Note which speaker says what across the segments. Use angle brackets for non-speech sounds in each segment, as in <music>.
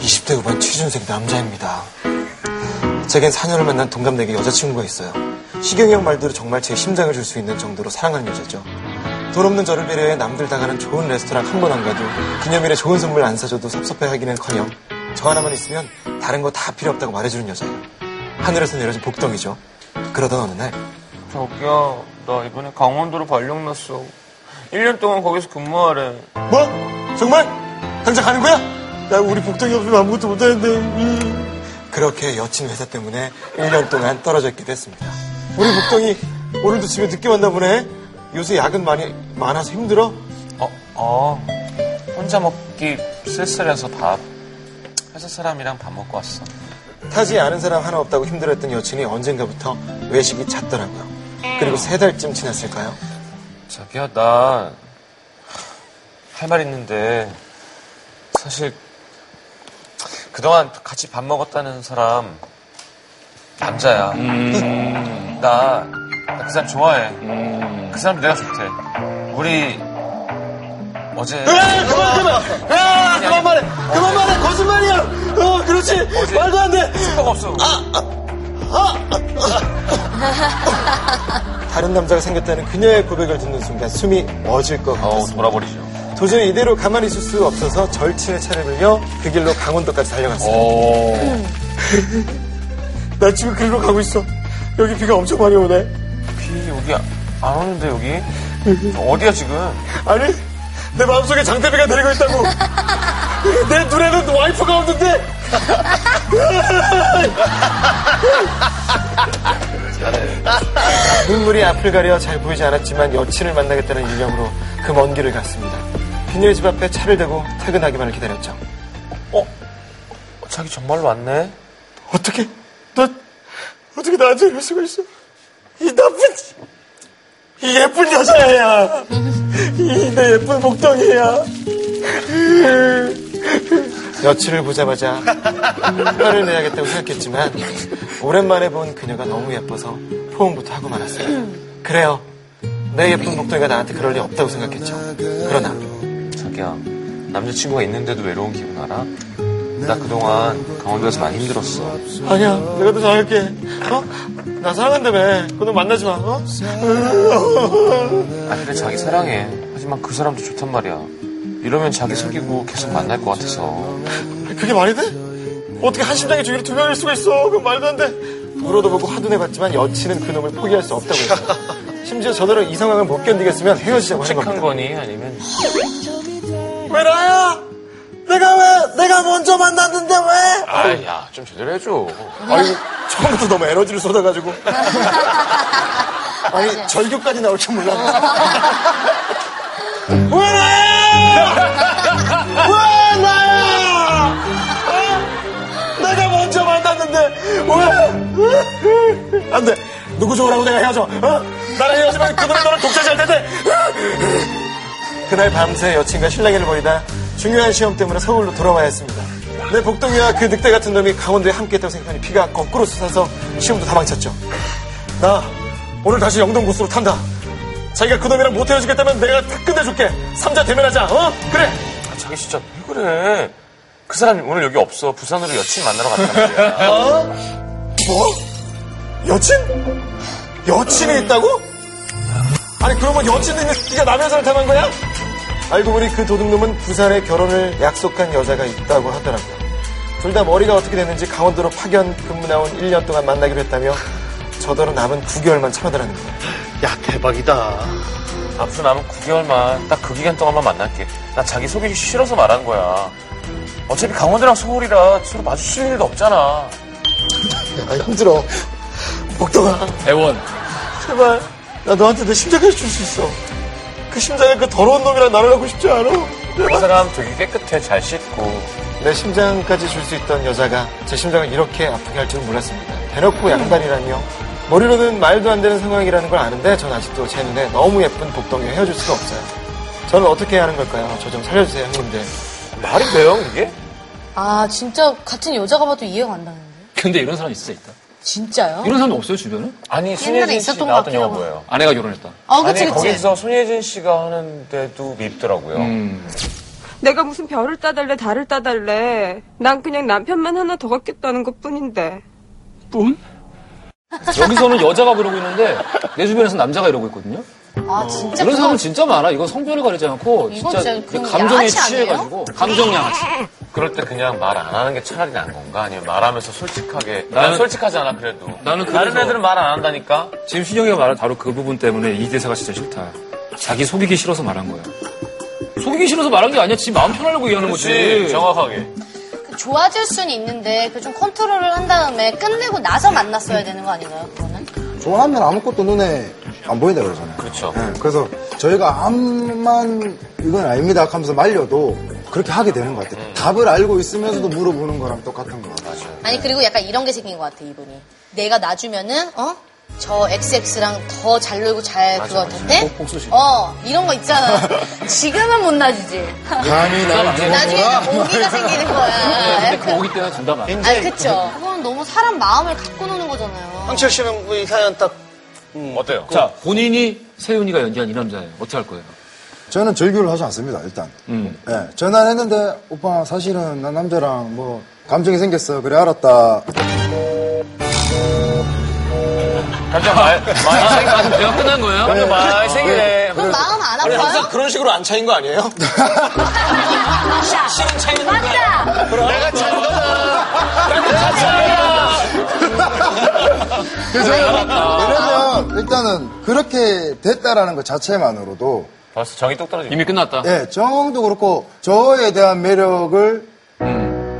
Speaker 1: 20대 후반 취준생 남자입니다. 제겐 4년을 만난 동갑내기 여자친구가 있어요. 시경이 형 말대로 정말 제 심장을 줄 수 있는 정도로 사랑하는 여자죠. 돈 없는 저를 배려해 남들 다 가는 좋은 레스토랑 한 번 안 가도 기념일에 좋은 선물 안 사줘도 섭섭해하기는커녕 저 하나만 있으면 다른 거 다 필요 없다고 말해주는 여자예요. 하늘에서 내려진 복덩이죠. 그러던 어느 날
Speaker 2: 저기야, 나 이번에 강원도로 발령났어. 1년 동안 거기서 근무하래.
Speaker 1: 뭐? 정말? 당장 가는 거야? 나 우리 복덩이 없으면 아무것도 못하는데. 그렇게 여친 회사 때문에 1년 동안 떨어져 있기도 했습니다. 우리 복덩이 오늘도 집에 늦게 왔나 보네. 요새 야근 많이 많아서 힘들어?
Speaker 2: 어, 어. 혼자 먹기 쓸쓸해서 밥. 회사 사람이랑 밥 먹고 왔어.
Speaker 1: 타지 않은 사람 하나 없다고 힘들었던 여친이 언젠가부터 외식이 잦더라고요. 그리고 세 달쯤 지났을까요?
Speaker 2: 자기야, 나. 할 말 있는데. 사실. 그동안 같이 밥 먹었다는 사람. 남자야. 나. 나 그 사람 좋아해. 그 사람 내가 좋대. 우리. 어제.
Speaker 1: 아, 그만 그만! 아 그만 말해! 그만 말해! 거짓말이야! 어 그렇지! 말도 안 돼!
Speaker 2: 수가 없어.
Speaker 1: 다른 남자가 생겼다는 그녀의 고백을 듣는 순간 숨이 멎을 것
Speaker 2: 어우,
Speaker 1: 같았습니다.
Speaker 2: 돌아버리죠.
Speaker 1: 도저히 이대로 가만히 있을 수 없어서 절친의 차를 빌려 그 길로 강원도까지 달려갔어요.
Speaker 2: 오.
Speaker 1: 나 지금 그리로 가고 있어. 여기 비가 엄청 많이 오네.
Speaker 2: 비 여기 안 오는데, 여기? 어디야, 지금?
Speaker 1: 아니, 내 마음속에 장대비가 내리고 있다고. <laughs> 내 눈에는 와이프가 없는데. <laughs> 눈물이 앞을 가려 잘 보이지 않았지만 여친을 만나겠다는 일념으로 그 먼 길을 갔습니다. 그녀의 집 앞에 차를 대고 퇴근하기만을 기다렸죠.
Speaker 2: 어? 자기 정말로 왔네?
Speaker 1: 어떻게 너 어떻게 나한테 이럴 수가 있어? 이 나쁜 이 예쁜 여자야. 이 내 예쁜 복덩이야. 여친을 보자마자 화를 내야겠다고 생각했지만 오랜만에 본 그녀가 너무 예뻐서 포옹부터 하고 말았어요. 그래요. 내 예쁜 복덩이가 나한테 그럴 리 없다고 생각했죠. 그러나
Speaker 2: 자기야, 남자친구가 있는데도 외로운 기분 알아? 나 그동안 강원도에서 많이 힘들었어.
Speaker 1: 아니야, 내가 더 잘할게. 어? 나 사랑한다며. 그놈 만나지 마. 어?
Speaker 2: 아, 그래, 자기 사랑해. 하지만 그 사람도 좋단 말이야. 이러면 자기 속이고 계속 만날 것 같아서.
Speaker 1: 그게 말이 돼? 어떻게 한 심장에 주위로 두 명일 수가 있어? 그건 말도 안 돼. 물어도 보고 화도 내봤지만 여친은 그놈을 포기할 수 없다고 했어요. 심지어 저더러 이 상황을 못 견디겠으면 헤어지자고 한
Speaker 2: 착한
Speaker 1: 겁니다.
Speaker 2: 거니? 아니면.
Speaker 1: 왜 나야? 내가 왜? 내가 먼저 만났는데 왜?
Speaker 2: 아, 야, 좀 제대로 해줘.
Speaker 1: 아니 처음부터 너무 에너지를 쏟아가지고 아니 절규까지 나올 줄 몰랐네 왜 나야 왜 나야 어? 내가 먼저 만났는데 왜 안돼 누구 좋으라고 내가 헤어져 어? 나랑 헤어지면 그분은 너를 독차지할 텐데 그날 밤새 여친과 신랑이를 벌이다 중요한 시험 때문에 서울로 돌아와야 했습니다. 내 복덩이와 그 늑대 같은 놈이 강원도에 함께했다고 생각하니 피가 거꾸로 솟아서 시험도 다 망쳤죠. 나 오늘 다시 영동고수로 탄다. 자기가 그 놈이랑 못 헤어지겠다면 내가 다 끝내줄게. 삼자 대면하자. 어? 그래.
Speaker 2: 아, 자기 진짜 왜 그래? 그 사람 오늘 여기 없어. 부산으로 여친 만나러 갔단 말이야.
Speaker 1: 뭐? 여친? 여친이 있다고? 아니 그러면 여친 있는 네가 남의 여자를 탐한 거야? 알고 보니 그 도둑놈은 부산에 결혼을 약속한 여자가 있다고 하더라고요. 둘 다 머리가 어떻게 됐는지 강원도로 파견 근무 나온 1년 동안 만나기로 했다며 저더러 남은 9개월만 참아달라는 거예요.
Speaker 3: 야 대박이다.
Speaker 2: 앞으로 남은 9개월만 딱 그 기간 동안만 만날게. 나 자기 속이기 싫어서 말한 거야. 어차피 강원도랑 서울이라 서로 마주칠 일도 없잖아.
Speaker 1: 아 힘들어. 복덕아
Speaker 4: 애원.
Speaker 1: 제발 나 너한테 내 심장까지 줄 수 있어. 그 심장에 그 더러운 놈이랑 나를 하고 싶지 않아.
Speaker 2: 그 사람 되게 깨끗해, 잘 씻고.
Speaker 1: 내 심장까지 줄 수 있던 여자가 제 심장을 이렇게 아프게 할 줄은 몰랐습니다. 대놓고 양반이라니요. 머리로는 말도 안 되는 상황이라는 걸 아는데 전 아직도 제 눈에 너무 예쁜 복덩이와 헤어질 수가 없어요. 저는 어떻게 해야 하는 걸까요? 저 좀 살려주세요, 형님들.
Speaker 2: 말이 돼요, 그게?
Speaker 5: 아 진짜 같은 여자가 봐도 이해가 안 나는데.
Speaker 4: 근데 이런 사람 진짜 있다.
Speaker 5: 진짜요?
Speaker 4: 이런 사람 없어요, 주변에?
Speaker 2: 아니,
Speaker 5: 옛날에
Speaker 2: 손예진 씨
Speaker 5: 있었던 것
Speaker 2: 나왔던 영화
Speaker 5: 같기도
Speaker 2: 뭐예요?
Speaker 5: <laughs>
Speaker 4: 아내가 결혼했다.
Speaker 5: 아
Speaker 2: 아니,
Speaker 5: 그치 그치.
Speaker 2: 음. 거기서 손예진 씨가 하는데도 밉더라고요.
Speaker 6: 내가 무슨 별을 따달래, 달을 따달래. 난 그냥 남편만 하나 더 갖겠다는 것 뿐인데.
Speaker 4: 뿐? 여기서는 여자가 그러고 있는데 내 주변에서 남자가 이러고 있거든요.
Speaker 5: 아, 진짜.
Speaker 4: 이런
Speaker 5: 그거-
Speaker 4: 사람 진짜 많아. 이건 성별을 가리지 않고
Speaker 5: 이건
Speaker 4: 진짜
Speaker 5: 진짜 그냥
Speaker 4: 감정에
Speaker 5: 양아치 아니에요?
Speaker 4: 취해가지고 감정 양아치.
Speaker 2: 그럴 때 그냥 말 안 하는 게 차라리 나은 건가? 아니면 말하면서 솔직하게. 나는,
Speaker 4: 나는-
Speaker 2: 솔직하지 않아, 그래도.
Speaker 4: 나는
Speaker 2: 다른
Speaker 4: 그래서-
Speaker 2: 애들은 말 안 한다니까?
Speaker 4: 지금 신영이가 말한 바로 그 부분 때문에 이 대사가 진짜 싫다. 자기 속이기 싫어서 말한 거야. 속이기 싫어서 말한 게 아니야. 지 마음 편하려고 얘기하는
Speaker 2: 그렇지,
Speaker 4: 거지.
Speaker 2: 정확하게.
Speaker 5: 그 좋아질 순 있는데, 그 좀 컨트롤을 한 다음에 끝내고 나서 만났어야 되는 거 아닌가요, 그거는?
Speaker 7: 좋아하면 아무것도 눈에 안 보인다 그러잖아요.
Speaker 2: 그렇죠.
Speaker 7: 예, 그래서 저희가 암만 이건 아닙니다 하면서 말려도 그렇게 하게 되는 것
Speaker 1: 음.
Speaker 7: 같아요. 답을 알고 있으면서도 물어보는 거랑 똑같은 거. 맞아요.
Speaker 8: 아니 그리고 약간 이런 게 생긴 것 같아 이분이 내가 놔주면은 어? 저 XX랑 더 잘 놀고 잘 그거 같대? 어 이런 거 있잖아 <laughs> 지금은 못 놔주지
Speaker 7: 감히 날
Speaker 8: 나중에는 오기가 생기는 거야
Speaker 4: <laughs> 근데 그
Speaker 8: 약간.
Speaker 4: 오기 때문에 전담 안 해.
Speaker 8: 아 그쵸 그건 너무 사람 마음을 갖고 노는 거잖아요
Speaker 3: 황철 씨는 그이 사연 딱
Speaker 2: 어때요?
Speaker 4: 자, 본인이 세윤이가 연기한 이 남자예요. 어떻게 할 거예요?
Speaker 7: 저는 절규를 하지 않습니다, 일단.
Speaker 4: 음.
Speaker 7: 예, 전화를 했는데, 오빠, 사실은 난 남자랑 뭐, 감정이 생겼어. 그래, 알았다.
Speaker 2: 감정 말, 말,
Speaker 4: 아, 이거 아직 대화 끝난 거예요?
Speaker 2: 감정 말 생기네.
Speaker 8: 그럼 마음 안
Speaker 3: 항상
Speaker 8: 아파요?
Speaker 3: 그런 식으로 안 차인 거 아니에요?
Speaker 7: 네.
Speaker 3: 시간 차이는
Speaker 8: 맞다
Speaker 3: 내가 차인 거다.
Speaker 7: 그래서, 왜냐면, 일단은, 그렇게 됐다라는 것 자체만으로도,
Speaker 2: 벌써 정이 뚝 떨어지네.
Speaker 4: 이미 끝났다.
Speaker 7: 예, 정도 그렇고, 저에 대한 매력을,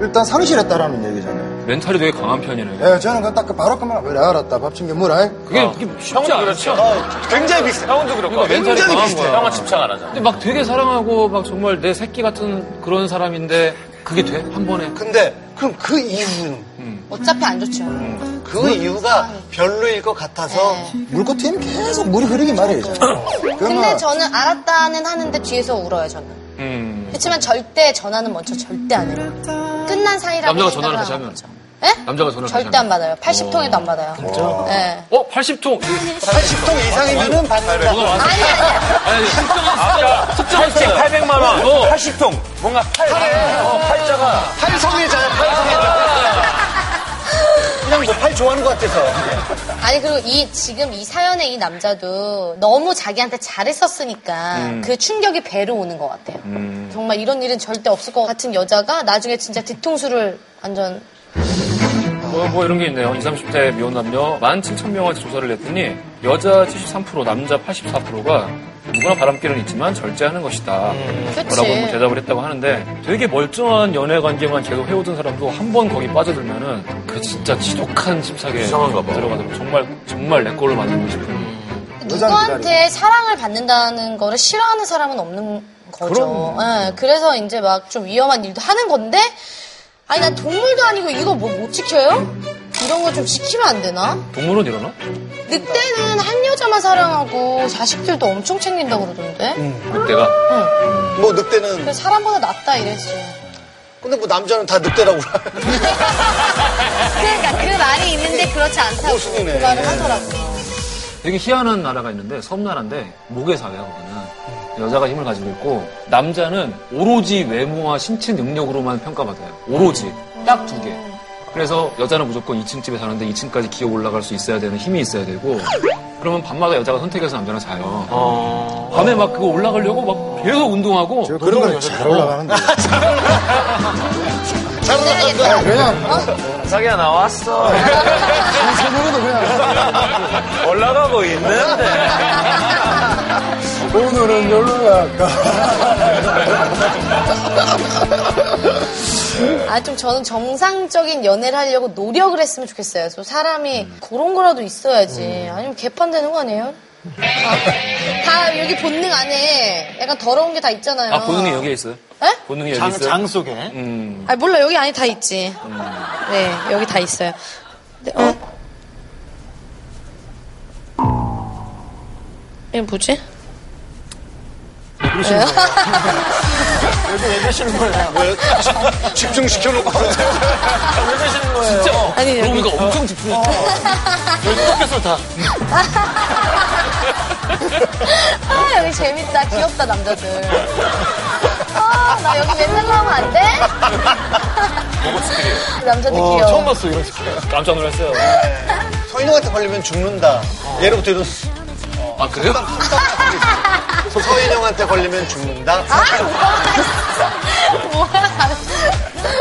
Speaker 7: 일단 상실했다라는 얘기잖아요.
Speaker 4: 멘탈이 되게 강한 편이네.
Speaker 7: 예, 저는 그딱 바로 그만, 그래, 알았다. 밥 챙겨 물어.
Speaker 4: 그게 그렇게 쉽지
Speaker 2: 형도
Speaker 4: 않아.
Speaker 2: 그렇죠.
Speaker 3: 굉장히 비슷해.
Speaker 2: 형도 그렇고.
Speaker 4: 그러니까 멘탈이
Speaker 2: 굉장히
Speaker 4: 강한
Speaker 2: 비슷해요.
Speaker 4: 거야.
Speaker 2: 형은 집착 안 하잖아.
Speaker 4: 근데 막 되게 사랑하고 막 정말 내 새끼 같은 그런 사람인데 그게 돼? 한 번에?
Speaker 3: 근데 그럼 그 이유는
Speaker 8: 어차피 안 좋죠
Speaker 3: 그 이유가 네. 별로일 것 같아서
Speaker 7: 물고튀면 계속 물이 흐르기 마련이죠.
Speaker 8: 근데
Speaker 7: 어, <laughs> 그러면,
Speaker 8: 저는 알았다는 하는데 뒤에서 울어요 저는
Speaker 4: 음.
Speaker 8: 그렇지만 절대 전화는 먼저 절대 안 해요 끝난 사이라고
Speaker 4: 남자가
Speaker 8: 생각을
Speaker 4: 전화를 다시
Speaker 8: 안
Speaker 4: 하면.
Speaker 8: 하죠. 예?
Speaker 4: 남자가 전화를 다시
Speaker 8: 절대 안
Speaker 4: 하면.
Speaker 8: 받아요
Speaker 7: 어.
Speaker 8: 80통에도 안 받아요 예.
Speaker 4: 어? 80통?
Speaker 3: 80통 이상이면은 받는다.
Speaker 8: 아니 아니
Speaker 4: 아니,
Speaker 2: 아까 팔찌 800만원,
Speaker 4: 어.
Speaker 2: 80통. 뭔가 팔, 어, 팔자가.
Speaker 3: 팔성애자야, 팔성애자. 그냥 뭐 팔 좋아하는 것 같아서.
Speaker 8: 아니 그리고 이 지금 이 사연의 이 남자도 너무 자기한테 잘했었으니까
Speaker 7: 음.
Speaker 8: 그 충격이 배로 오는 것 같아요. 정말 이런 일은 절대 없을 것 같은 여자가 나중에 진짜 뒤통수를 완전
Speaker 4: 뭐, 뭐 이런 게 있네요. 20, 30대 미혼 남녀 17,000명한테 조사를 했더니 여자 73%, 남자 84%가 누구나 바람길은 있지만 절제하는 것이다.
Speaker 8: 음. 그치.
Speaker 4: 라고 뭐 대답을 했다고 하는데 되게 멀쩡한 연애 관계만 계속 해오던 사람도 한 번 거기 빠져들면은 그 진짜 지독한 심사기에
Speaker 2: 이상한가 봐.
Speaker 4: 들어가서 정말 정말 내 걸로 만들고 싶은
Speaker 8: 누구한테 사랑을 받는다는 거를 싫어하는 사람은 없는 거죠. 예, 그래서 이제 막 좀 위험한 일도 하는 건데 아니 난 동물도 아니고 이거 뭐 못 지켜요? 이런 거 좀 지키면 안 되나?
Speaker 4: 동물은 이러나?
Speaker 8: 늑대는 한 여자만 사랑하고 자식들도 엄청 챙긴다 그러던데.
Speaker 4: 늑대가
Speaker 3: 뭐 늑대는.
Speaker 8: 그래서 사람보다 낫다 이랬지.
Speaker 3: 근데 뭐 남자는 다 늑대라고
Speaker 8: <laughs>
Speaker 3: 그래.
Speaker 8: 그러니까 그 말이 있는데 그렇지 않다고
Speaker 3: 모순이네.
Speaker 8: 그 말을 하더라고요.
Speaker 4: 되게 희한한 나라가 있는데 섬나라인데 모계 사회야 거기는 여자가 힘을 가지고 있고 남자는 오로지 외모와 신체 능력으로만 평가받아요 오로지 딱 두 개 그래서 여자는 무조건 2층 집에 사는데 2층까지 기어 올라갈 수 있어야 되는 힘이 있어야 되고 그러면 밤마다 여자가 선택해서 남자랑 자요
Speaker 3: 어.
Speaker 4: 밤에 막 그거 올라가려고 막 계속 운동하고
Speaker 7: 저 그런 거는 잘 올라가는데.
Speaker 8: 그래야겠다.
Speaker 7: 그냥,
Speaker 2: 자기야, 나왔어.
Speaker 7: 생각해도 그냥,
Speaker 2: 올라가고 있는데.
Speaker 7: 오늘은 여기로 할까.
Speaker 8: 아, 좀 저는 정상적인 연애를 하려고 노력을 했으면 좋겠어요. 또 사람이
Speaker 4: 음.
Speaker 8: 그런 거라도 있어야지. 아니면 개판되는 거 아니에요? 아, 다 여기 본능 안에 약간 더러운 게 다 있잖아요.
Speaker 4: 아 본능이 여기에 있어요?
Speaker 8: 에?
Speaker 4: 본능이 여기
Speaker 3: 장,
Speaker 4: 있어요?
Speaker 3: 장 속에.
Speaker 4: 음.
Speaker 8: 아, 몰라. 여기 안에 다 있지. 네, 여기 다 있어요. 근데, 어? 이게 뭐지?
Speaker 3: 뭐예요? 집중시켜놓고.
Speaker 8: 아니, 여기. 어.
Speaker 4: 그러니까 엄청 집중했어
Speaker 3: 여기 뜯겼어, 다.
Speaker 8: <laughs> 아, 여기 재밌다. 귀엽다, 남자들. 아, 나 여기 맨날 나오면 안 돼? <laughs> 남자들 귀여워.
Speaker 1: 처음 봤어, 이런 스킬.
Speaker 4: 깜짝 놀랐어요.
Speaker 1: 서인호한테 걸리면 죽는다. 예로부터 이런 수-
Speaker 4: 아, 그래요?
Speaker 1: 서인형한테 걸리면 죽는다.
Speaker 8: 아, 뭐야. 뭐야.